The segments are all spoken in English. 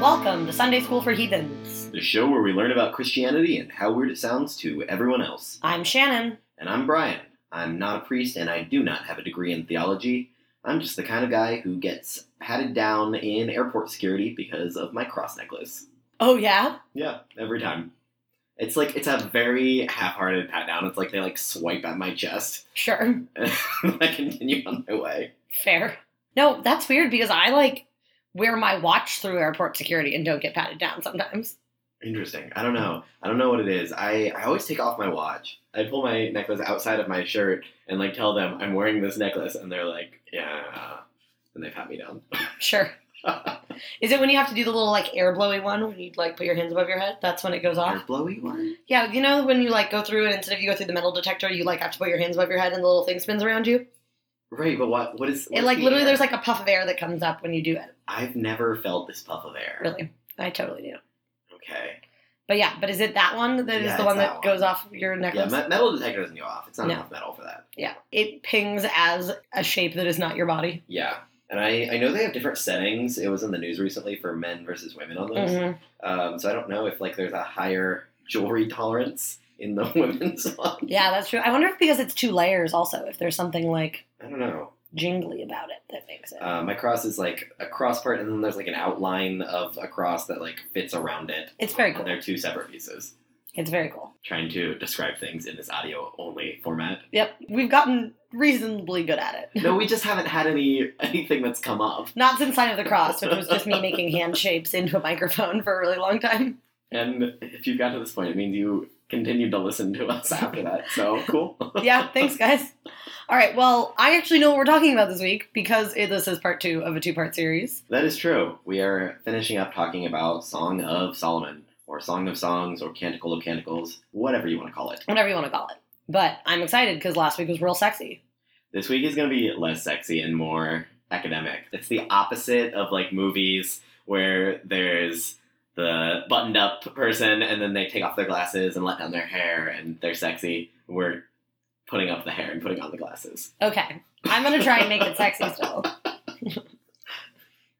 Welcome to Sunday School for Heathens. the show where we learn about Christianity and how weird it sounds to everyone else. I'm Shannon. And I'm Brian. I'm not a priest and I do not have a degree in theology. I'm just the kind of guy who gets patted down in airport security because of my cross necklace. Oh yeah? Yeah, every time. It's like it's a very half-hearted pat down. It's like they like swipe at my chest Sure. and I continue on my way. Fair. No, that's weird because I like wear my watch through airport security and don't get patted down sometimes. Interesting. I don't know. I don't know what it is. I, I always take off my watch. I pull my necklace outside of my shirt and like tell them I'm wearing this necklace, and they're like, yeah, and they pat me down. Sure. Is it when you have to do the little like air blowy one when you like put your hands above your head? That's when it goes Your off? blowy one. Yeah, you know when you like go through and instead of you go through the metal detector, you like have to put your hands above your head and the little thing spins around you? Right, but what what is? it what's like the literally air? there's like a puff of air that comes up when you do it. I've never felt this puff of air. Really. I totally do. Okay. But yeah, but is it that one that is Yeah, the it's one that, that one. goes off your necklace? Yeah, me- metal detector doesn't go off. It's not No. enough metal for that. Yeah, it pings as a shape that is not your body. Yeah, and I I know they have different settings. It was in the news recently for men versus women on those. Mhm. Um, so I don't know if like there's a higher jewelry tolerance in the women's one. Yeah, that's true. I wonder if because it's two layers, also, if there's something like I don't know. jingly about it that makes it. Uh, my cross is like a cross part, and then there's like an outline of a cross that like fits around it. it's very And cool. they're two separate pieces. It's very cool. Trying to describe things in this audio only format. Yep, we've gotten reasonably good at it. No, we just haven't had any anything that's come up, Not since Sign of the Cross, which was just me making hand shapes into a microphone for a really long time. and if you got to this point, it means you continued to listen to us after that. So cool. Yeah, thanks, guys. All right, well, I actually know what we're talking about this week because it, this is part two of a two part series. that is true. We are finishing up talking about Song of Solomon, or Song of Songs, or Canticle of Canticles, whatever you want to call it. whatever you want to call it. But I'm excited because last week was real sexy. This week is going to be less sexy and more academic. It's the opposite of like movies where there's the buttoned up person and then they take off their glasses and let down their hair and they're sexy. We're putting up the hair and putting on the glasses. Okay, I'm gonna try and make it sexy still.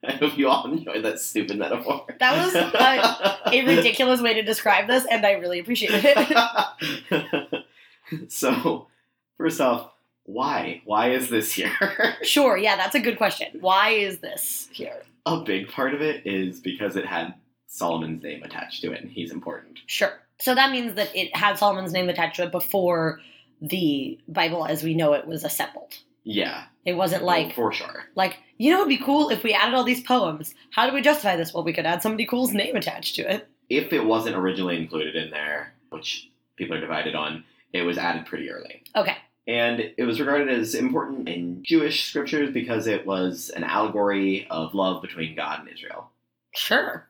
I hope you all enjoyed that stupid metaphor. That was a- A ridiculous way to describe this, and I really appreciated it. so, first off, why? Why is this here? sure, yeah, that's a good question. Why is this here? a big part of it is because it had Solomon's name attached to it and he's important. Sure. So that means that it had Solomon's name attached to it before the Bible as we know it was assembled. Yeah. It wasn't like for sure. like you know it'd be cool if we added all these poems. How do we justify this? Well, we could add somebody cool's name attached to it. If it wasn't originally included in there, which people are divided on, it was added pretty early. Okay. And it was regarded as important in Jewish scriptures because it was an allegory of love between God and Israel. Sure.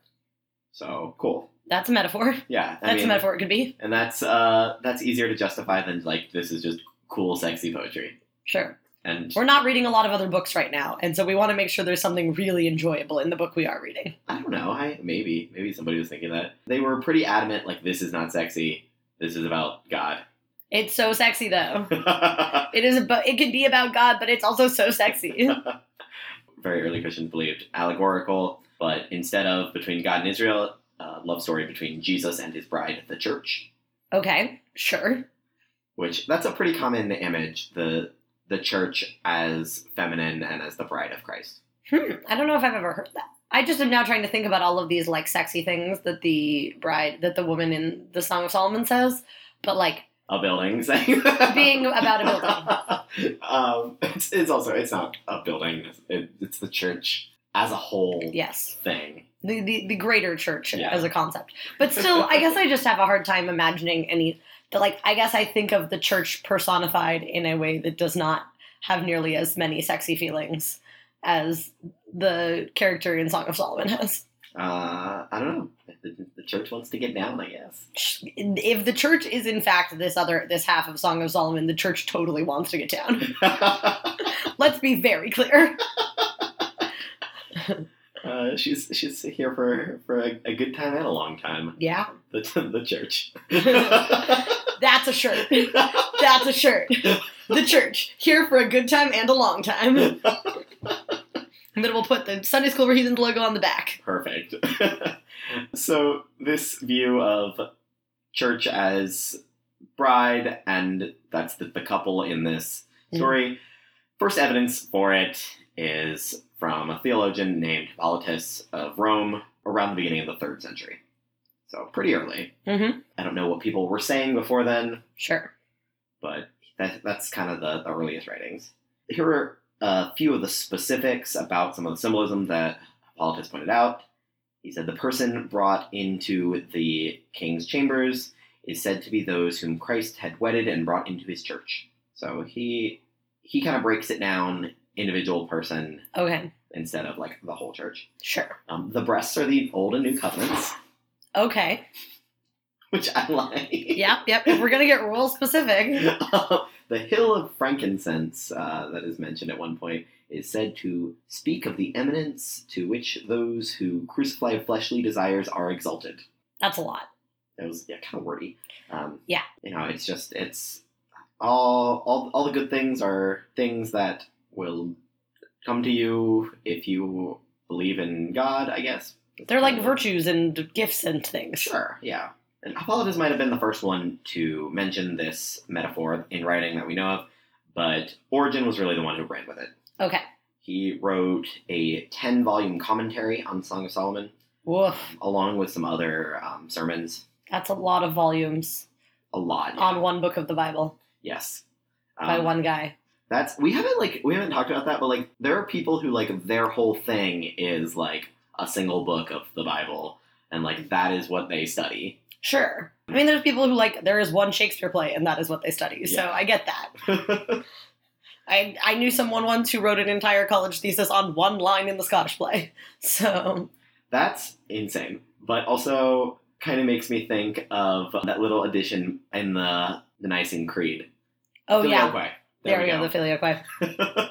So cool. That's a metaphor. Yeah. I That's a mean, metaphor it could be. And that's uh that's easier to justify than like this is just cool, sexy poetry. Sure. And We're not reading a lot of other books right now, and so we want to make sure there's something really enjoyable in the book we are reading. I don't know. I maybe maybe somebody was thinking that they were pretty adamant. Like this is not sexy. This is about God. It's so sexy though. It is about it could be about God, but it's also so sexy. Very early Christians believed allegorical, but instead of between God and Israel, uh, love story between Jesus and his bride, the church. Okay, sure. Which that's a pretty common image the the church as feminine and as the bride of Christ. Hmm. I don't know if I've ever heard that. I just am now trying to think about all of these like sexy things that the bride that the woman in the Song of Solomon says, but like A building saying that. being about a building. um, it's, it's also it's not a building. It, it's the church as a whole Yes. thing. The, the, the greater church Yeah. as a concept. But still, I guess I just have a hard time imagining any that like I guess I think of the church personified in a way that does not have nearly as many sexy feelings as the character in Song of Solomon has. Uh, I don't know. The, the church wants to get down, I guess. If the church is in fact this other this half of Song of Solomon, the church totally wants to get down. uh, Let's be very clear. Uh, she's she's here for for a, a good time and a long time. Yeah. The the church. That's a shirt. That's a shirt. The church. Here for a good time and a long time. And then we'll put the Sunday School for Heathens logo on the back. Perfect. so, this view of church as bride, and that's the, the couple in this story. First evidence for it is from a theologian named Hippolytus of Rome around the beginning of the third century. So, pretty early. Mm-hmm. I don't know what people were saying before then, Sure. but that, that's kind of the, the earliest writings. Here are a few of the specifics about some of the symbolism that Hippolytus pointed out. He said the person brought into the king's chambers is said to be those whom Christ had wedded and brought into his church. So he he kind of breaks it down individual person Okay. instead of like the whole church. Sure. Um, the breasts are the old and new covenants, Okay. which I like. Yep. Yep. If we're gonna get rule specific. the hill of frankincense uh, that is mentioned at one point is said to speak of the eminence to which those who crucify fleshly desires are exalted. That's a lot. That was yeah, kind of wordy. Um, Yeah. you know, it's just it's all all all the good things are things that will come to you if you believe in God. I guess They're like virtues. virtues and gifts and things. Sure, yeah. And Hippolytus might have been the first one to mention this metaphor in writing that we know of, but Origen was really the one who ran with it. Okay. He wrote a 10 volume commentary on Song of Solomon, Woof. along with some other um, sermons. That's a lot of volumes A lot. yeah. on one book of the Bible yes. by Um, one guy. That's we haven't like we haven't talked about that, but like there are people who like their whole thing is like a single book of the Bible, and like that is what they study. Sure. I mean, there's people who like there is one Shakespeare play and that is what they study. So Yeah. I get that. I I knew someone once who wrote an entire college thesis on one line in the Scottish play. So That's insane, but also kind of makes me think of that little addition in the the Nicene Creed. oh Filioque. yeah, There, there, we go. we the Mm-hmm. filioque. go.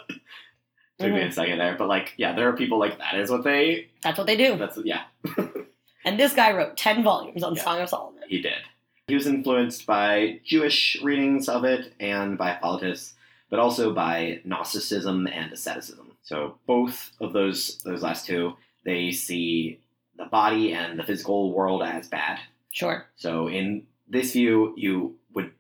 Took me a second there, but like, yeah, there are people like that is what they. That's what they do. That's yeah, And this guy wrote ten volumes on Yeah. Song of Solomon. he did. He was influenced by Jewish readings of it and by Hippolytus, but also by Gnosticism and asceticism. So both of those those last two, they see the body and the physical world as bad. Sure. So in this view, you would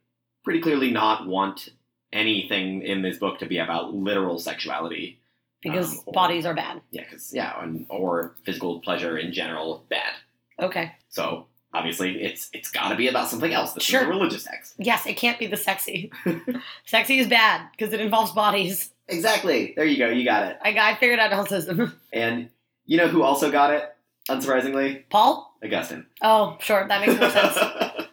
pretty clearly not want anything in this book to be about literal sexuality. Because Um, or- bodies are bad. Yeah, because yeah, and, or physical pleasure in general, bad. Okay. So obviously, it's it's got to be about something else. This is Sure. a religious text. Yes, it can't be the sexy. sexy is bad because it involves bodies. Exactly. There you go. You got it. I, I figured out Nazism. And you know who also got it? Unsurprisingly, Paul? Augustine. Oh, sure. That makes more sense.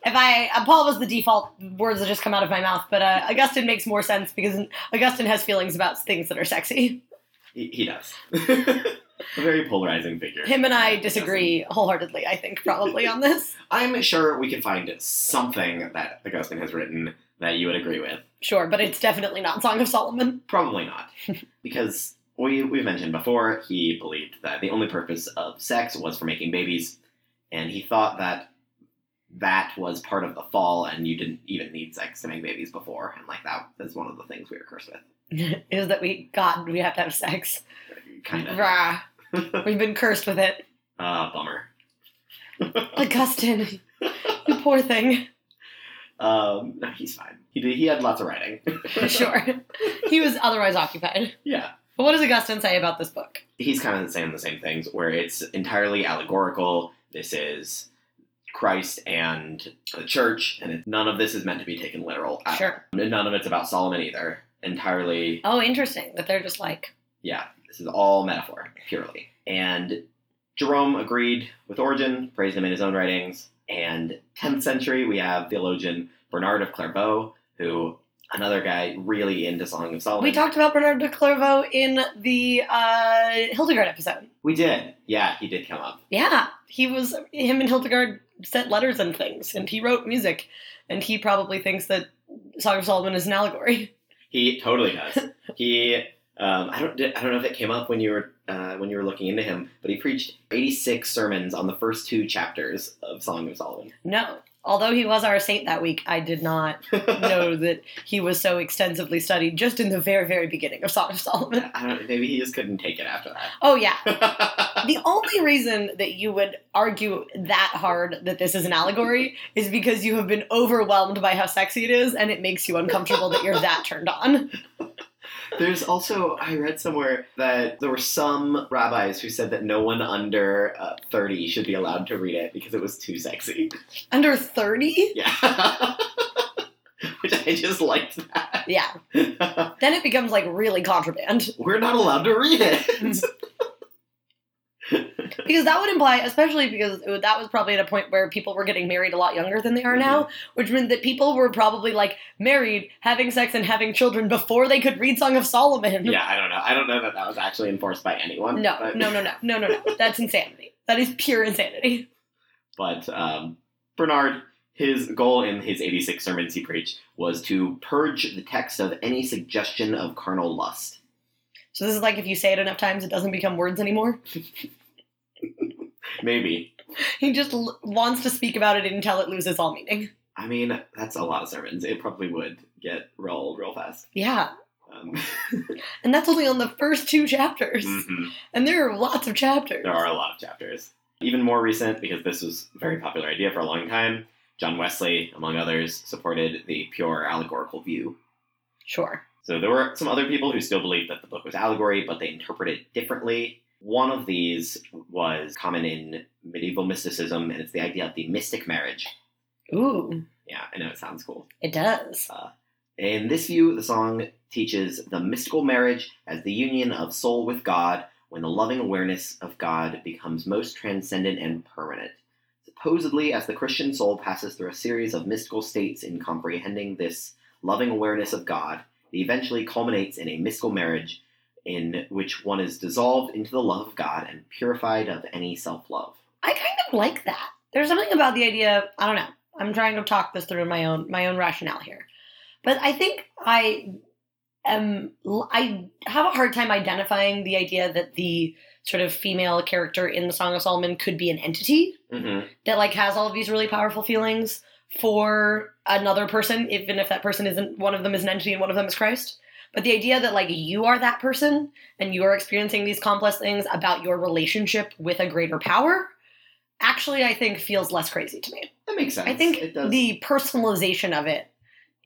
If I uh, Paul was the default words that just come out of my mouth, but uh, Augustine makes more sense because Augustine has feelings about things that are sexy. he, he does. a very polarizing figure. Him and I Augustine. disagree wholeheartedly. I think probably on this. I'm sure we can find something that Augustine has written that you would agree with. Sure, but it's definitely not Song of Solomon. Probably not. because we, we mentioned before, he believed that the only purpose of sex was for making babies, and he thought that that was part of the fall, and you didn't even need sex to make babies before, and like that is one of the things we were cursed with. Is that we God? We have to have sex. Kind of. Rah. We've been cursed with it. Uh, bummer. Augustine, you poor thing. Um, no, he's fine. He, did, he had lots of writing. Sure, he was otherwise occupied. yeah. But what does Augustine say about this book? he's kind of saying the same things where it's entirely allegorical. This is Christ and the church, and it, none of this is meant to be taken literal. at- Sure. and None of it's about Solomon either. Entirely, Oh, interesting. That they're just like, yeah, this is all metaphor, purely. And Jerome agreed with Origen, praised him in his own writings. And 10th century, we have theologian Bernard of Clairvaux, who another guy really into Song of Solomon. we talked about Bernard de Clairvaux in the uh, Hildegard episode. We did. Yeah, he did come up. Yeah, he was him and Hildegard sent letters and things, and he wrote music, and he probably thinks that Song of Solomon is an allegory. He totally does. he, um, I don't, I don't know if it came up when you were uh, when you were looking into him, but he preached eighty six sermons on the first two chapters of Song of Solomon. No, although he was our saint that week, I did not know that he was so extensively studied just in the very, very beginning of Song of Solomon. I don't, maybe he just couldn't take it after Oh, yeah. that. The only reason that you would argue that hard that this is an allegory is because you have been overwhelmed by how sexy it is and it makes you uncomfortable that you're that turned on. There's also, I read somewhere that there were some rabbis who said that no one under uh, 30 should be allowed to read it because it was too sexy. Under 30? Yeah. Which I just liked that. Yeah. Then it becomes like really contraband. We're not allowed to read it. Because that would imply, especially because it- that was probably at a point where people were getting married a lot younger than they are now, which meant that people were probably like married, having sex, and having children before they could read Song of Solomon. yeah, I don't know. I don't know that that was actually enforced by anyone. No, but, no, no, no, no, no, no. That's insanity. That is pure insanity. But um, Bernard, his goal in his 86 sermons he preached was to purge the text of any suggestion of carnal lust. So this is like if you say it enough times, it doesn't become words anymore. Maybe. He just l- wants to speak about it until it loses all meaning. I mean, that's a lot of sermons. It probably would get real old real fast. Yeah. Um, And that's only on the first two chapters. mhm. And there are lots of chapters. There are a lot of chapters. Even more recent, because this was a very popular idea for a long time, John Wesley, among others, supported the pure allegorical view. Sure. So there were some other people who still believed that the book was allegory, but they interpreted it differently. One of these was common in medieval mysticism, and it's the idea of the mystic marriage. Ooh, Yeah, I know it sounds cool. it does. In this view, the song teaches the mystical marriage as the union of soul with God when the loving awareness of God becomes most transcendent and permanent. Supposedly, as the Christian soul passes through a series of mystical states in comprehending this loving awareness of God, it eventually culminates in a mystical marriage in which one is dissolved into the love of God and purified of any self love. I kind of like that. There's something about the idea. Of, I don't know. I'm trying to talk this through in my own my own rationale here, but I think I am I have a hard time identifying the idea that the sort of female character in the Song of Solomon could be an entity Mm-hmm. that like has all of these really powerful feelings for another person, even if that person isn't one of them is an entity and one of them is Christ. But the idea that like you are that person and you are experiencing these complex things about your relationship with a greater power, actually I think feels less crazy to me. That makes sense. I think it does. the personalization of it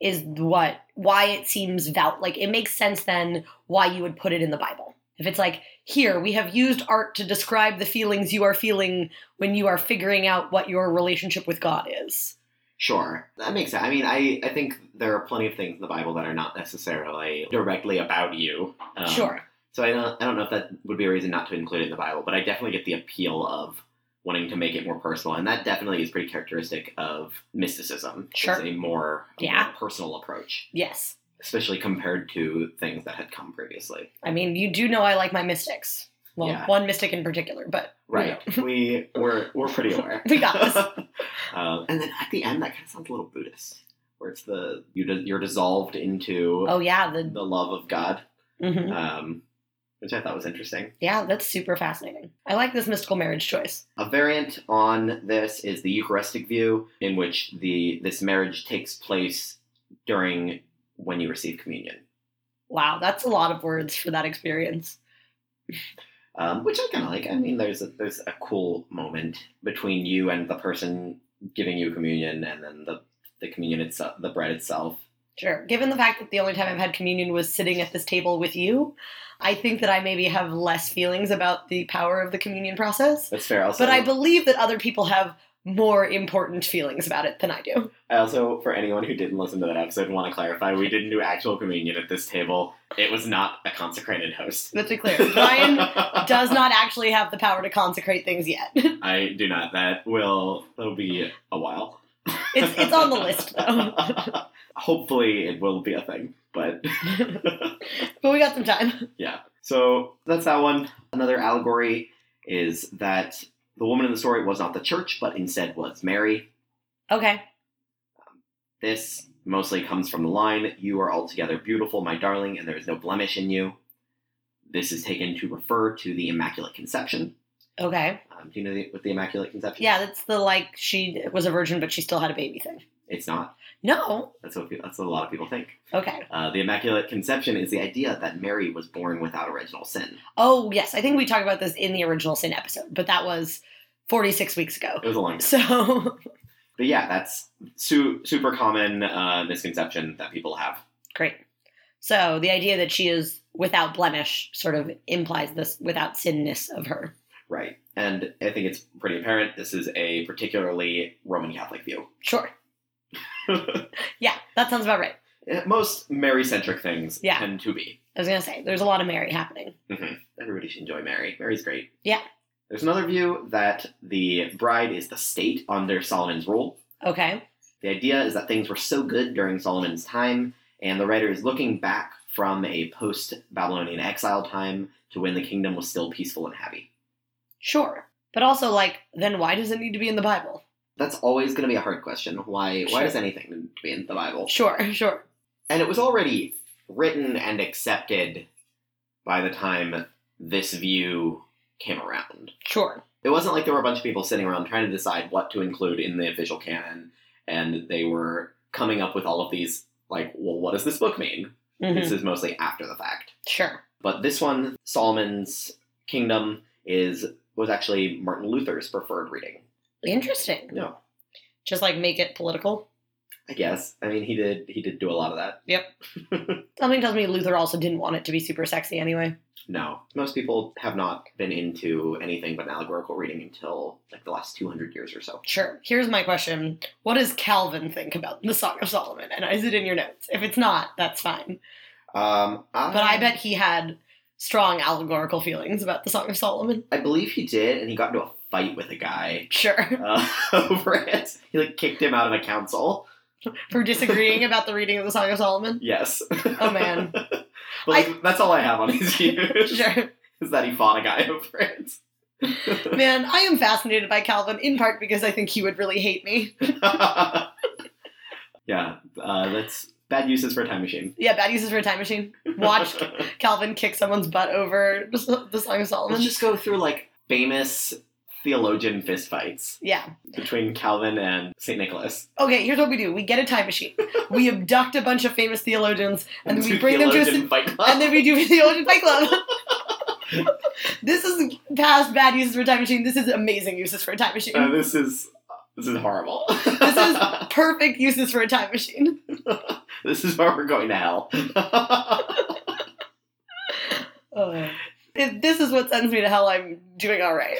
is what why it seems vout like it makes sense then why you would put it in the Bible. If it's like, here, we have used art to describe the feelings you are feeling when you are figuring out what your relationship with God is. Sure, that makes sense. I mean, I, I think there are plenty of things in the Bible that are not necessarily directly about you. Um, sure. So I don't I don't know if that would be a reason not to include it in the Bible, but I definitely get the appeal of wanting to make it more personal, and that definitely is pretty characteristic of mysticism. Sure. it's a more, a Yeah. more personal approach, Yes. especially compared to things that had come previously. I mean, you do know I like my mystics. Well, Yeah. one mystic in particular, but Right, we we're we're pretty aware. We got this. um, and then at the end, that kind of sounds a little Buddhist, where it's the you dis- you're dissolved into oh yeah, the the love of God, mhm. um, which I thought was interesting. yeah, that's super fascinating. I like this mystical marriage choice. A variant on this is the Eucharistic view, in which the this marriage takes place during when you receive communion, Wow, that's a lot of words for that experience. um, which I kind of like. I mean, there's a, there's a cool moment between you and the person giving you communion, and then the the communion itself, the bread itself. Sure. Given the fact that the only time I've had communion was sitting at this table with you, I think that I maybe have less feelings about the power of the communion process. That's fair. Also, But I believe that other people have more important feelings about it than I do. I also, for anyone who didn't listen to that episode, want to clarify: we didn't do actual communion at this table. It was not a consecrated host. Let's be clear. Brian does not actually have the power to consecrate things yet. it's I do not. That will that'll be a while. it's on the list though. Hopefully, it will be a thing. But But we got some time. yeah, so that's that one. Another allegory is that the woman in the story was not the church, but instead was Mary. Okay. This mostly comes from the line, "You are altogether beautiful, my darling, and there is no blemish in you." This is taken to refer to the Immaculate Conception. Okay. Um, do you know the, what the Immaculate Conception? Yeah, that's the like she was a virgin but she still had a baby thing. It's not. No. That's what pe- that's what a lot of people think. Okay. Uh, the Immaculate Conception is the idea that Mary was born without original sin. Oh yes, I think we talked about this in the original sin episode, but that was 46 weeks ago. It was a long time. So But yeah, that's su- super common uh, misconception that people have. great. So the idea that she is without blemish sort of implies this without sinness of her. Right. And I think it's pretty apparent this is a particularly Roman Catholic view. Sure. Yeah, that sounds about right. Eh, Most Mary centric things Yeah. tend to be. I was gonna say there's a lot of Mary happening. Everybody should enjoy Mary. Mary's great. Yeah. There's another view that the bride is the state under Solomon's rule. Okay. The idea is that things were so good during Solomon's time, and the writer is looking back from a post Babylonian exile time to when the kingdom was still peaceful and happy. Sure. But also like then why does it need to be in the Bible? That's always going to be a hard question. Why, Sure. why does anything need to be in the Bible? Sure, sure. And it was already written and accepted by the time this view came around. Sure. It wasn't like there were a bunch of people sitting around trying to decide what to include in the official canon, and they were coming up with all of these, like, well, what does this book mean? Mhm. This is mostly after the fact. Sure. But this one, Solomon's Kingdom, is was actually Martin Luther's preferred reading. Interesting. Yeah. Just like make it political. I guess. I mean, he did he did do a lot of that. Something tells me Luther also didn't want it to be super sexy anyway. No, most people have not been into anything but an allegorical reading until like the last two hundred years or so. Sure. Here's my question. What does Calvin think about the Song of Solomon? And is it in your notes? If it's not, that's fine. Um, I, But I bet he had strong allegorical feelings about the Song of Solomon. I believe he did, and he got into a fight with a guy Sure. uh, over it. He like kicked him out of a council. For disagreeing about the reading of the Song of Solomon. Yes. Oh man. But like, that's all I have on his views Sure. is that he fought a guy over it. Man, I am fascinated by Calvin in part because I think he would really hate me. yeah, uh, that's bad uses for a time machine. Yeah, bad uses for a time machine. Watch Let's Calvin kick someone's butt over the Song of Solomon. just go through like famous theologian fistfights Yeah. between Calvin and Saint Nicholas. Okay, here's what we do. We get a time machine. We abduct a bunch of famous theologians and then we Two bring them to a theologian sit- fight club. and then we do theologian fight club. this is past bad uses for a time machine. This is amazing uses for a time machine. Uh, this is this is horrible. This is- Perfect uses for a time machine. this is where we're going to hell. Oh. If this is what sends me to hell, I'm doing all right.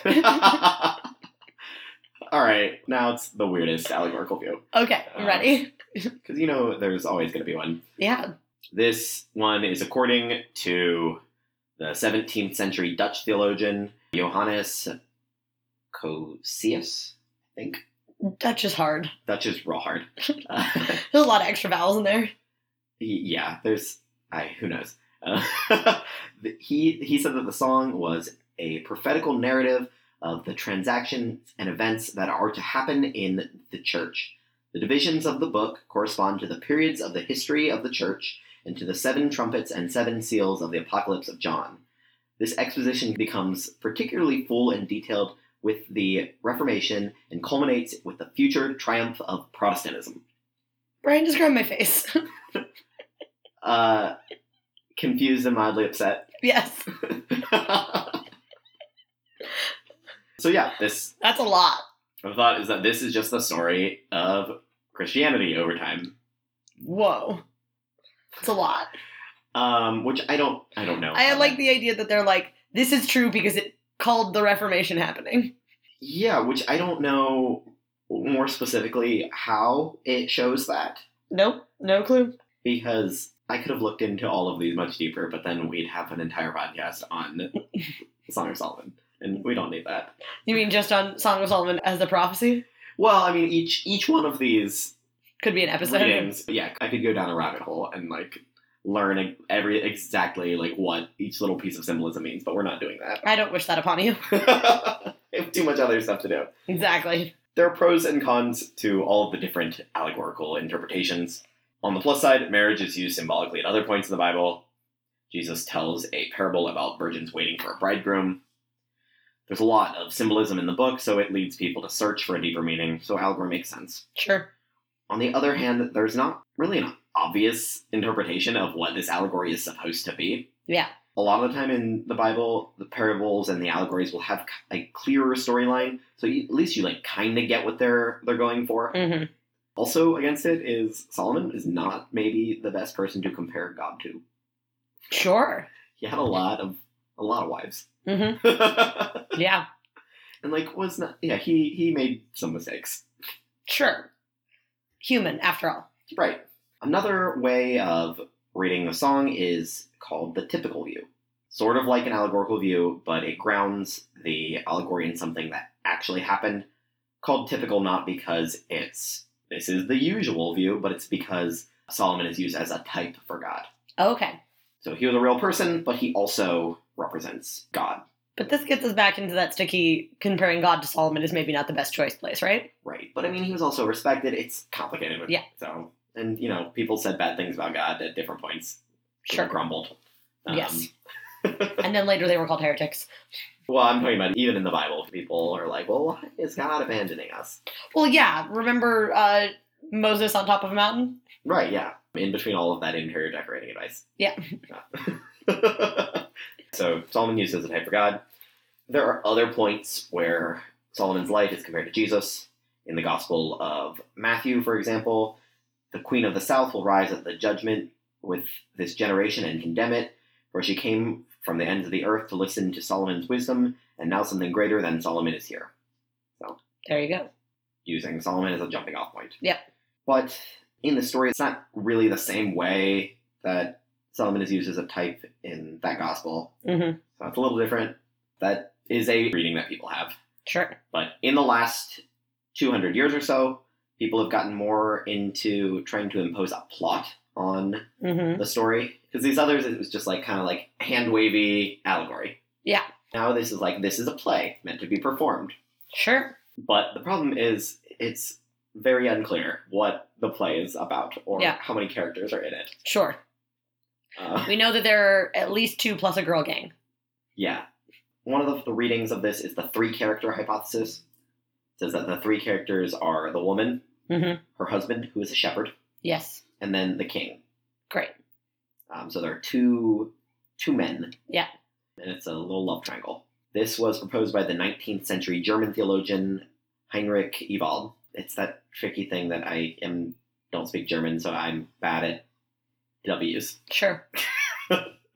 All right, now it's the weirdest allegorical view Okay, I'm ready. because you know there's always going to be one. Yeah. This one is according to the 17th century Dutch theologian Johannes Cosius, I think. Dutch is hard. Dutch is real hard. Uh, There's a lot of extra vowels in there. yeah, there's I who knows. Uh, he he said that the song was a prophetical narrative of the transactions and events that are to happen in the church. The divisions of the book correspond to the periods of the history of the church and to the seven trumpets and seven seals of the apocalypse of John. This exposition becomes particularly full and detailed with the Reformation and culminates with the future triumph of Protestantism. Brian, describe my face. uh, confused and mildly upset. yes, so yeah, this that's a lot. the thought is that this is just the story of Christianity over time, Whoa. It's a lot. um, which I don't I don't know. I like the idea that they're like, this is true because it called the Reformation happening. yeah, which I don't know more specifically how it shows that Nope, no clue. because I could have looked into all of these much deeper, but then we'd have an entire podcast on Song of Solomon, and we don't need that. You mean just on Song of Solomon as the prophecy? Well, I mean, each each one of these Could be an episode. readings, yeah, I could go down a rabbit hole and like learn e- every exactly like what each little piece of symbolism means, but we're not doing that. I don't wish that upon you. I have too much other stuff to do. Exactly. There are pros and cons to all of the different allegorical interpretations. On the plus side, marriage is used symbolically at other points in the Bible. Jesus tells a parable about virgins waiting for a bridegroom. there's a lot of symbolism in the book, so it leads people to search for a deeper meaning. So allegory makes sense. Sure. On the other hand, there's not really an obvious interpretation of what this allegory is supposed to be. Yeah. A lot of the time in the Bible, the parables and the allegories will have a clearer storyline, so you, at least you like kind of get what they're they're going for. hmm Also against it is Solomon is not maybe the best person to compare God to. Sure. He had a lot of a lot of wives. hmm and Yeah. like was not yeah, he he made some mistakes. Sure. Human, after all. Right. Another way of reading the song is called the typical view. Sort of like an allegorical view, but it grounds the allegory in something that actually happened. Called typical not because it's this is the usual view, but it's because Solomon is used as a type for God. Okay. So he was a real person, but he also represents God. But this gets us back into that sticky comparing God to Solomon is maybe not the best choice place, right? Right. But I mean, he was also respected. It's complicated. Yeah. So, and you know, people said bad things about God at different points. People Sure. Grumbled. Um, Yes. And then later they were called heretics. Well, I'm talking about even in the Bible, people are like, well, why is God abandoning us? Well, yeah. Remember uh, Moses on top of a mountain? Right, yeah. In between all of that interior decorating advice. Yeah. so Solomon used as a type for God. There are other points where Solomon's life is compared to Jesus. In the Gospel of Matthew, for example, the Queen of the South will rise at the judgment with this generation and condemn it, for she came from the ends of the earth to listen to Solomon's wisdom, and now something greater than Solomon is here. There you go. using Solomon as a jumping off point. Yep. But in the story, it's not really the same way that Solomon is used as a type in that gospel. hmm So it's a little different. That is a reading that people have. Sure. But in the last 200 years or so, people have gotten more into trying to impose a plot on hmm the story. Because these others, it was just like kind of like hand wavy allegory. Yeah. Now this is like, this is a play meant to be performed. Sure. But the problem is, it's very unclear what the play is about or Yeah. how many characters are in it. Sure. Uh, We know that there are at least two plus a girl gang. yeah. One of the, the readings of this is the three character hypothesis. It says that the three characters are the woman, Mhm. her husband, who is a shepherd, Yes. and then the king. Great. Um, so there are two two men. Yeah. And it's a little love triangle. This was proposed by the 19th century German theologian Heinrich Ewald. It's that tricky thing that I am don't speak German, so I'm bad at W's. Sure.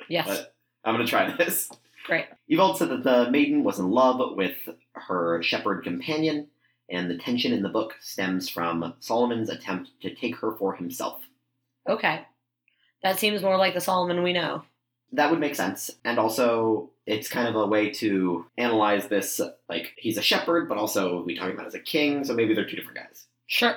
yes. But I'm gonna try this. Great. Ewald said that the maiden was in love with her shepherd companion, and the tension in the book stems from Solomon's attempt to take her for himself. Okay. That seems more like the Solomon we know. that would make sense and also it's kind of a way to analyze this like he's a shepherd but also we talking about as a king so maybe they're two different guys Sure.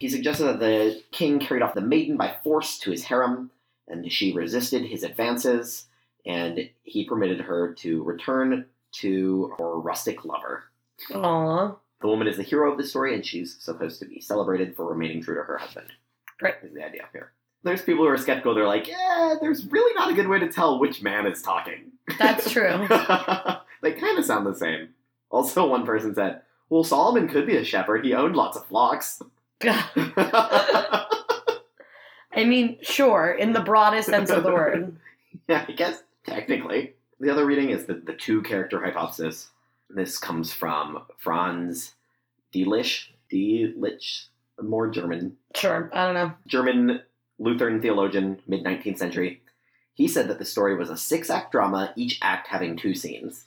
he suggested that the king carried off the maiden by force to his harem and she resisted his advances and he permitted her to return to her rustic lover Aw. the woman is the hero of the story and she's supposed to be celebrated for remaining true to her husband Great. is the idea here there's people who are skeptical they're like yeah there's really not a good way to tell which man is talking That's true. they kind of sound the same. Also, one person said, "Well, Solomon could be a shepherd. He owned lots of flocks." yeah, I mean, sure, in the broadest sense of the word. I guess technically. The other reading is the, the two character hypothesis. This comes from Franz Delitzsch, Delitzsch, a more German, Sure. I don't know. German Lutheran theologian, mid nineteenth century. He said that the story was a six act drama, each act having two scenes.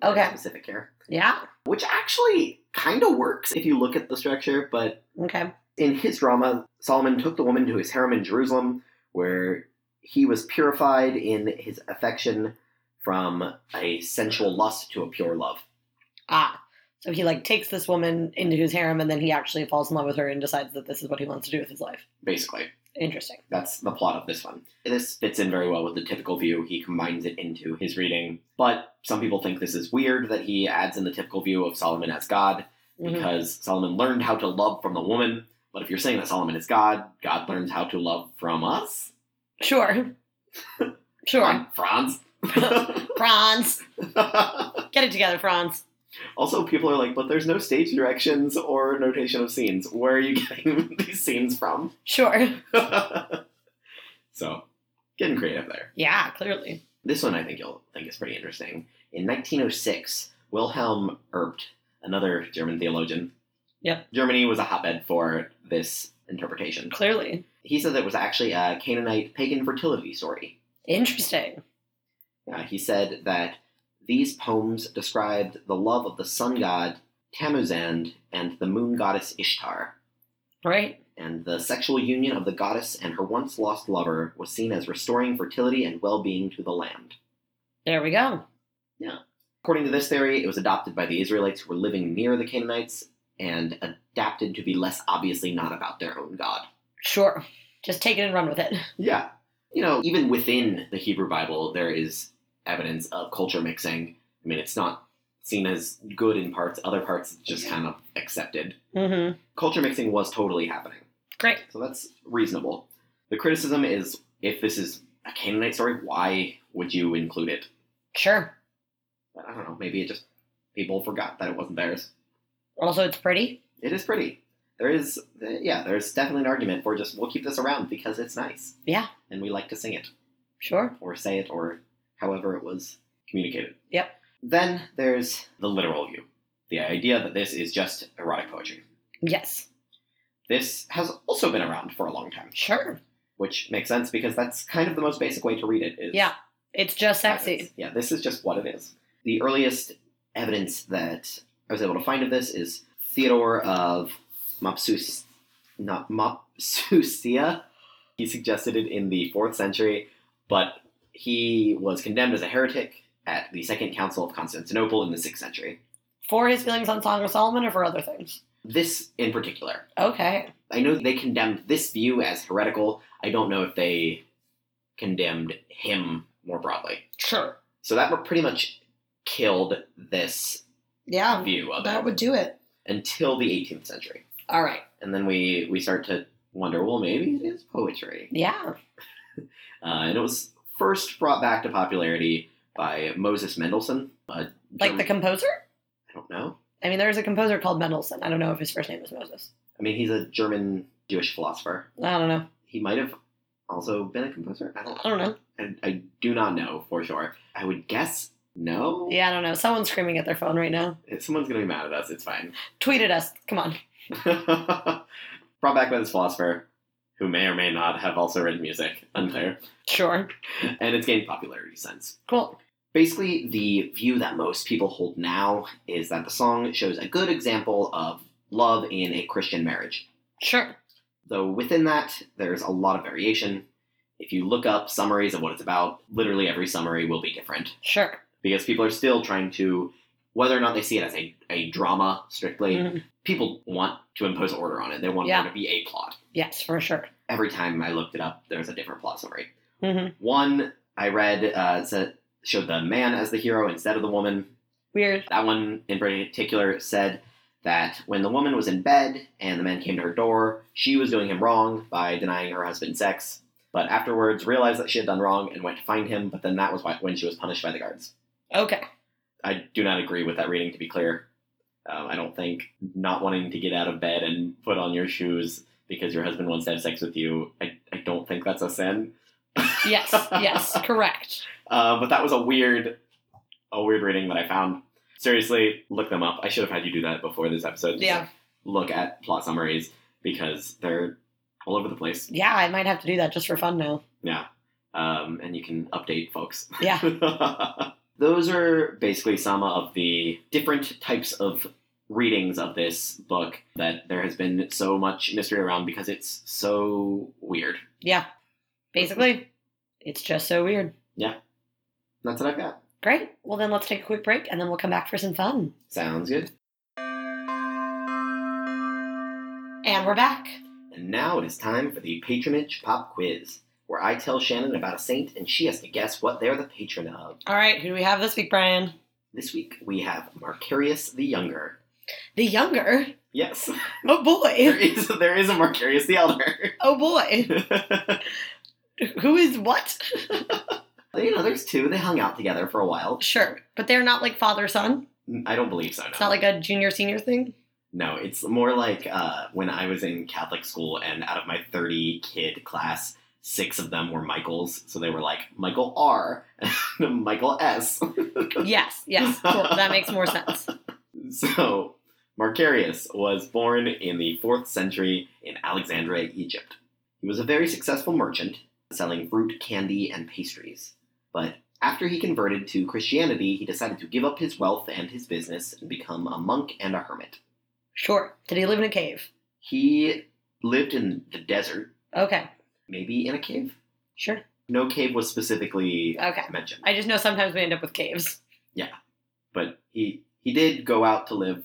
Very Okay. Specific here. Yeah. which actually kind of works if you look at the structure. But Okay. in his drama, Solomon took the woman to his harem in Jerusalem, where he was purified in his affection from a sensual lust to a pure love. Ah. So he like takes this woman into his harem and then he actually falls in love with her and decides that this is what he wants to do with his life. Basically, Interesting. that's the plot of this one. This fits in very well with the typical view. He combines it into his reading, but some people think this is weird that he adds in the typical view of Solomon as God. Mhm. because Solomon learned how to love from the woman. But if you're saying that Solomon is God, God learns how to love from us? Sure. sure. From Franz? Franz, get it together, Franz. also, people are like, but there's no stage directions or notation of scenes. Where are you getting these scenes from? Sure. so, getting creative there. Yeah, clearly. This one I think you'll think is pretty interesting. In 1906, Wilhelm Erbt, another German theologian, Yep. Germany was a hotbed for this interpretation. Clearly. He said that it was actually a Canaanite pagan fertility story. Interesting. Uh, he said that these poems described the love of the sun god Tammuzand and the moon goddess Ishtar, Right? and the sexual union of the goddess and her once lost lover was seen as restoring fertility and well being to the land. There we go. According to this theory, it was adopted by the Israelites who were living near the Canaanites and adapted to be less obviously not about their own god. Sure. Just take it and run with it. Yeah. You know, even within the Hebrew Bible, there is evidence of culture mixing. I mean, it's not seen as good in parts, other parts it's just kind of accepted. Mm-hmm. Culture mixing was totally happening. Great. So that's reasonable. The criticism is if this is a Canaanite story, why would you include it? Sure. But I don't know, maybe it just people forgot that it wasn't theirs. Also, it's pretty. It is pretty. There is, yeah, there's definitely an argument for just we'll keep this around because it's nice. Yeah. And we like to sing it. Sure. or say it or however it was communicated. Yep. Then there's the literal view the idea that this is just erotic poetry. Yes. This has also been around for a long time, Sure. which makes sense because that's kind of the most basic way to read it. Is Yeah. It's just as sexy. it's- Yeah, this is just what it is. The earliest evidence that I was able to find of this is Theodore of Mopsus, not Mopsusia. He suggested it in the fourth century, but he was condemned as a heretic at the Second Council of Constantinople in the sixth century. For his feelings on Song of Solomon or for other things? This in particular, Okay. I know they condemned this view as heretical. I don't know if they condemned him more broadly. Sure. So that pretty much killed this Yeah. view of Um, That it would do it. until the 18th century. All right. And then we, we start to wonder, well, maybe it is poetry. Yeah. Uh, and it was first brought back to popularity by Moses Mendelssohn. a Like German- the composer? I don't know. I mean, there is a composer called Mendelssohn. I don't know if his first name is Moses. I mean, he's a German Jewish philosopher. I don't know. He might have also been a composer. I don't. I don't know. I, I do not know for sure. I would guess no. Yeah, I don't know. Someone's screaming at their phone right now. If Someone's gonna be mad at us. It's fine. Tweet at us. Come on. brought back by this philosopher, who may or may not have also written music. Unclear. Sure. and it's gained popularity since. Cool. Basically, the view that most people hold now is that the song shows a good example of love in a Christian marriage. Sure. Though within that, there's a lot of variation. If you look up summaries of what it's about, literally every summary will be different Sure. because people are still trying to, whether or not they see it as a, a drama strictly, Mhm. people want to impose order on it. They want Yeah. there to be a plot. Yes, for sure. Every time I looked it up, there's a different plot summary. hmm One I read uh, said, showed the man as the hero instead of the woman. Weird. That one in particular said that when the woman was in bed and the man came to her door, she was doing him wrong by denying her husband sex, but afterwards realized that she had done wrong and went to find him, but then that was why- when she was punished by the guards. Okay. I do not agree with that reading, to be clear. Um, I don't think not wanting to get out of bed and put on your shoes because your husband wants to have sex with you, I, I don't think that's a sin. Yes. Yes. correct. Uh, but that was a weird, a weird reading that I found. Seriously, look them up. I should have had you do that before this episode. Just Yeah. Look at plot summaries because they're all over the place. Yeah, I might have to do that just for fun now. Yeah. Um, and you can update folks. Yeah. Those are basically some of the different types of readings of this book that there has been so much mystery around because it's so weird. Yeah. Basically, it's just so weird. That's what I've got. Great. Well, then let's take a quick break and then we'll come back for some fun. Sounds good. And we're back. And now it is time for the patronage pop quiz, where I tell Shannon about a saint and she has to guess what they're the patron of. All right. Who do we have this week, Brian? This week we have Marcarius the Younger. The younger. Yes, Oh there boy. is there is a Marcarius the Elder. Oh boy. Who is what? But you know, there's two. They hung out together for a while. Sure, but they're not like father son. I don't believe so. No. It's not like a junior senior thing. No, it's more like uh, when I was in Catholic school, and out of my 30 kid class, six of them were Michaels. So they were like Michael R, and Michael S. yes, yes, cool. that makes more sense. So Marcarius was born in the 4th century in Alexandria, Egypt. He was a very successful merchant, selling fruit, candy, and pastries. But after he converted to Christianity, he decided to give up his wealth and his business and become a monk and a hermit. Sure. Did he live in a cave? He lived in the desert, Okay, maybe in a cave. sure. No cave was specifically Okay, mentioned, I just know sometimes we end up with caves. but he he did go out to live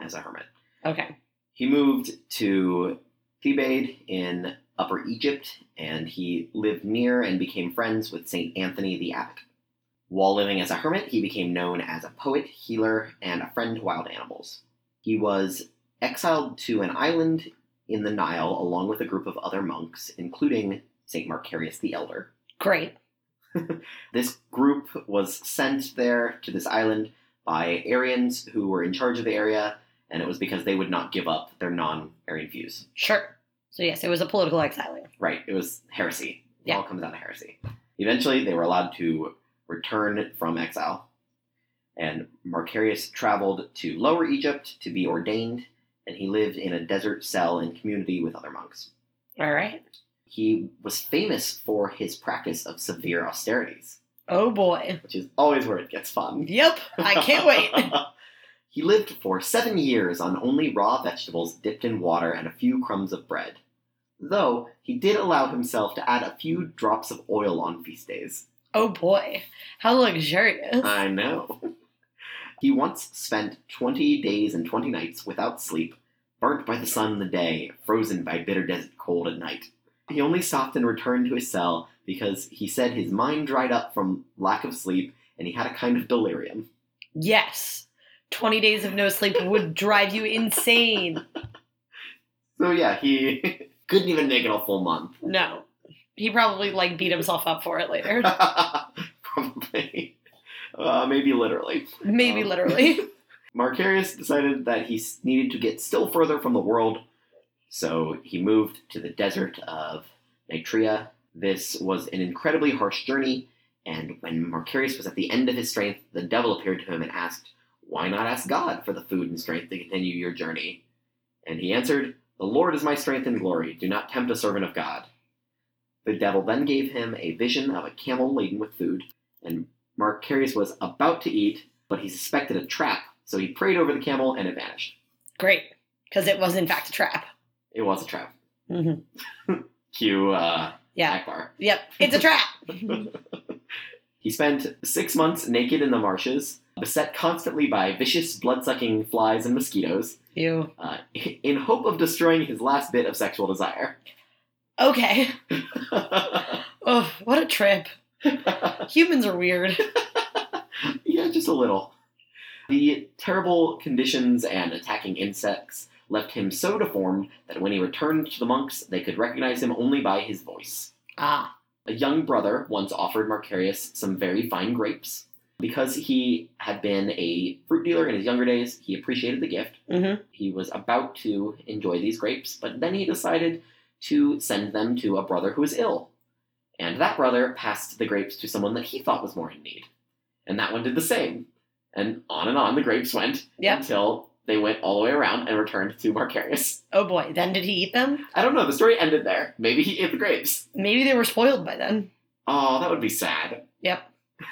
as a hermit. Okay, He moved to Thebaid in Upper Egypt, and he lived near and became friends with Saint Anthony the Abbot. While living as a hermit, he became known as a poet, healer, and a friend to wild animals. He was exiled to an island in the Nile along with a group of other monks, including Saint Marcarius the Elder. great. This group was sent there to this island by Aryans who were in charge of the area, and it was because they would not give up their non Aryan views. Sure. So yes, it was a political exiling. Right, it was heresy. It Yeah. all comes down to heresy. Eventually, they were allowed to return from exile, and Marcarius traveled to Lower Egypt to be ordained, and he lived in a desert cell in community with other monks. All right. He was famous for his practice of severe austerities, Oh boy. which is always where it gets fun. Yep. I can't wait. he lived for seven years on only raw vegetables dipped in water and a few crumbs of bread. Though he did allow himself to add a few drops of oil on feast days. Oh boy. How luxurious. I know. he once spent 20 days and 20 nights without sleep, burnt by the sun in the day, frozen by bitter desert cold at night. He only stopped and returned to his cell because he said his mind dried up from lack of sleep and he had a kind of delirium. Yes. 20 days of no sleep would drive you insane. So yeah, he couldn't even make it a full month. No. He probably like beat himself up for it later. Probably. Uh, maybe literally. Maybe Um, literally. Marcarius decided that he s- needed to get still further from the world, so he moved to the desert of Nitria. This was an incredibly harsh journey, and when Marcarius was at the end of his strength, the devil appeared to him and asked, Why not ask God for the food and strength to continue your journey? And he answered, The Lord is my strength and glory. Do not tempt a servant of God. The devil then gave him a vision of a camel laden with food, and Marcarius was about to eat but he suspected a trap, so he prayed over the camel and it vanished. Great. Because it was in fact a trap. It was a trap. Mhm. Cue uh, Yeah. Akbar. Yep. It's a trap. He spent six months naked in the marshes, beset constantly by vicious, blood-sucking flies and mosquitoes, you. uh, in hope of destroying his last bit of sexual desire. Okay. Oh, what a trip. Humans are weird. yeah, just a little. The terrible conditions and attacking insects left him so deformed that when he returned to the monks, they could recognize him only by his voice. Ah. A young brother once offered Marcarius some very fine grapes. Because he had been a fruit dealer in his younger days, he appreciated the gift. Mhm. He was about to enjoy these grapes, but then he decided to send them to a brother who was ill. And that brother passed the grapes to someone that he thought was more in need. And that one did the same. And on and on the grapes went Yep. until they went all the way around and returned to Marcarius. Oh boy. Then did he eat them? I don't know, the story ended there. Maybe he ate the grapes. Maybe they were spoiled by then. Oh, that would be sad. Yep.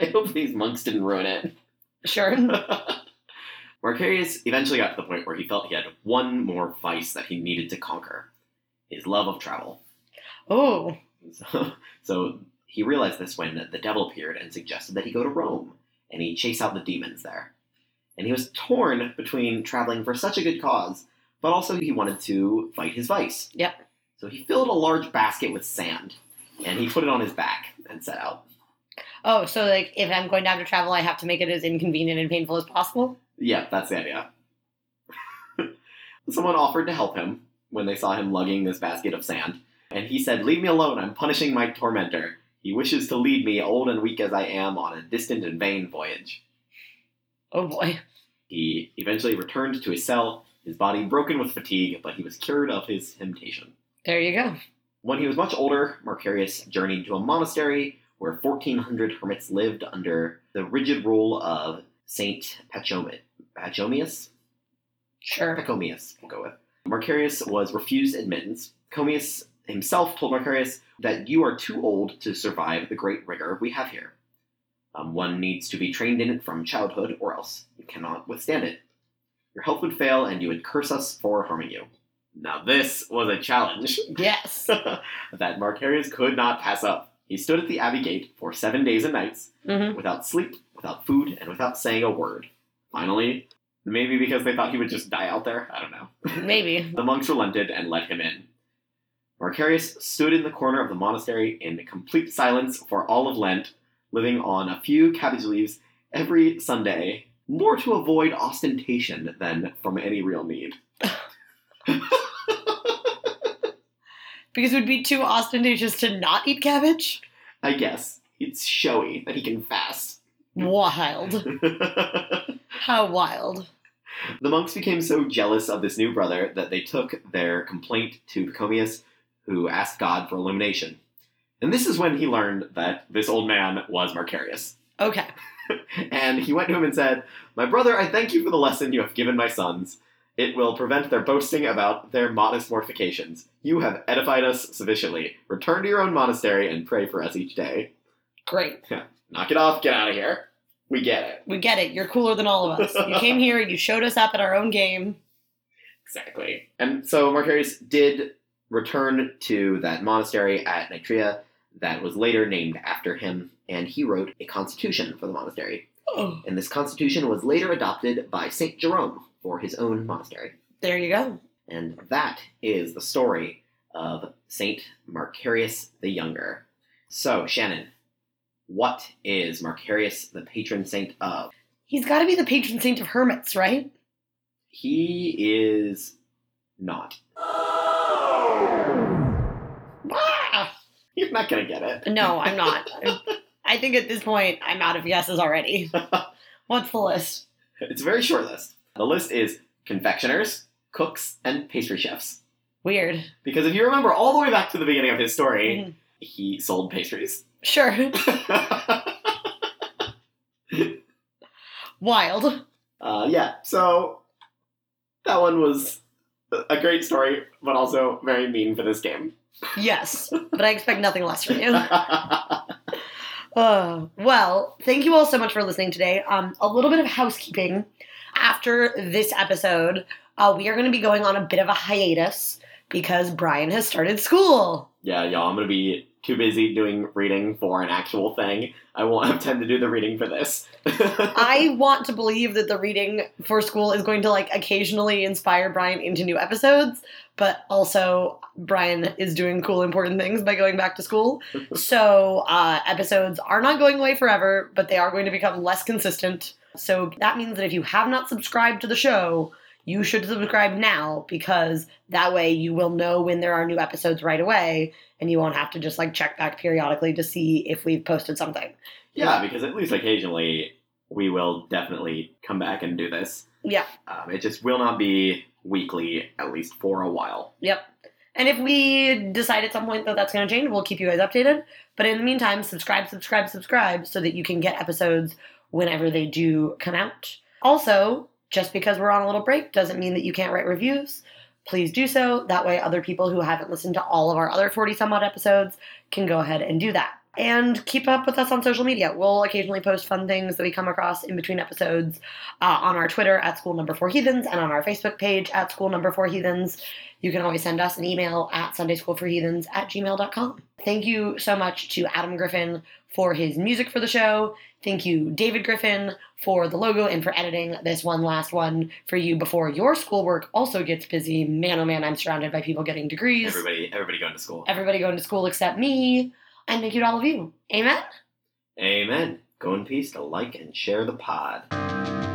I hope these monks didn't ruin it. Sure. Marcarius eventually got to the point where he felt he had one more vice that he needed to conquer his love of travel. Oh. So, so he realized this when the devil appeared and suggested that he go to Rome and he chase out the demons there. And he was torn between traveling for such a good cause, but also he wanted to fight his vice. Yep. So he filled a large basket with sand and he put it on his back and set out. Oh, so like if I'm going to have to travel, I have to make it as inconvenient and painful as possible? Yeah, that's the idea. Someone offered to help him when they saw him lugging this basket of sand, and he said, Leave me alone, I'm punishing my tormentor. He wishes to lead me, old and weak as I am, on a distant and vain voyage. Oh boy. He eventually returned to his cell, his body broken with fatigue, but he was cured of his temptation. There you go. When he was much older, Marcarius journeyed to a monastery where 1,400 hermits lived under the rigid rule of Saint Pachomi- Pachomius. Sure. Pachomius, we'll go with. Marcarius was refused admittance. Comius himself told Marcarius that you are too old to survive the great rigor we have here. Um, one needs to be trained in it from childhood, or else you cannot withstand it. Your health would fail, and you would curse us for harming you. Now, this was a challenge Yes. that Marcarius could not pass up. He stood at the abbey gate for seven days and nights, hmm without sleep, without food, and without saying a word. Finally, maybe because they thought he would just die out there, I don't know. Maybe. The monks relented and let him in. Marcarius stood in the corner of the monastery in complete silence for all of Lent, living on a few cabbage leaves every Sunday, more to avoid ostentation than from any real need. Because it would be too ostentatious to not eat cabbage. I guess it's showy that he can fast. Wild. the How wild. monks became so jealous of this new brother that they took their complaint to Pacomius, who asked God for illumination. And this is when he learned that this old man was Marcarius. Okay. And he went to him and said, My brother, I thank you for the lesson you have given my sons. It will prevent their boasting about their modest mortifications. You have edified us sufficiently. Return to your own monastery and pray for us each day. Great. Knock it off, get out of here. We get it. We get it. You're cooler than all of us. You came here, you showed us up at our own game. Exactly. And so Marcarius did return to that monastery at Nitria that was later named after him, and he wrote a constitution for the monastery. Oh. And this constitution was later adopted by St. Jerome for his own monastery. There you go. And that is the story of Saint Marcarius the Younger. So, Shannon, what is Marcarius the patron saint of? He's got to be the patron saint of hermits, right? He is not. Ah! You're not gonna get it. No, I'm not. I'm- I think at this point, I'm out of guesses already. What's the list? It's a very short list. The list is confectioners, cooks, and pastry chefs. Weird. Because if you remember all the way back to the beginning of his story, Mhm. he sold pastries. Sure. Wild. Uh, yeah, so that one was a great story, but also very mean for this game. Yes. But I expect nothing less from you. yeah, Oh, well, thank you all so much for listening today. Um, a little bit of housekeeping. After this episode, uh, we are going to be going on a bit of a hiatus because Brian has started school. y'all, I'm gonna be too busy doing reading for an actual thing. I won't have time to do the reading for this. I want to believe that the reading for school is going to like occasionally inspire Brian into new episodes, but also Brian is doing cool, important things by going back to school. so uh, episodes are not going away forever, but they are going to become less consistent. So that means that if you have not subscribed to the show, you should subscribe now because that way you will know when there are new episodes right away and you won't have to just like check back periodically to see if we've posted something. yeah, because at least occasionally we will definitely come back and do this. Yeah. Um, it just will not be weekly, at least for a while. Yep. And if we decide at some point that that's going to change, we'll keep you guys updated. But in the meantime, subscribe, subscribe, subscribe so that you can get episodes whenever they do come out. Also, just because we're on a little break doesn't mean that you can't write reviews. Please do so. That way, other people who haven't listened to all of our other 40 some odd episodes can go ahead and do that. And keep up with us on social media. We'll occasionally post fun things that we come across in between episodes uh, on our Twitter at School Number 4 Heathens and on our Facebook page at School Number 4 Heathens. You can always send us an email at sundayschoolforheathens at gmail.com. Thank you so much to Adam Griffin for his music for the show. Thank you, David Griffin, for the logo and for editing this one last one for you before your schoolwork also gets busy. Man, oh man, I'm surrounded by people getting degrees. Everybody, everybody going to school. Everybody going to school except me. And thank you to all of you. Amen. Amen. Go in peace to like and share the pod.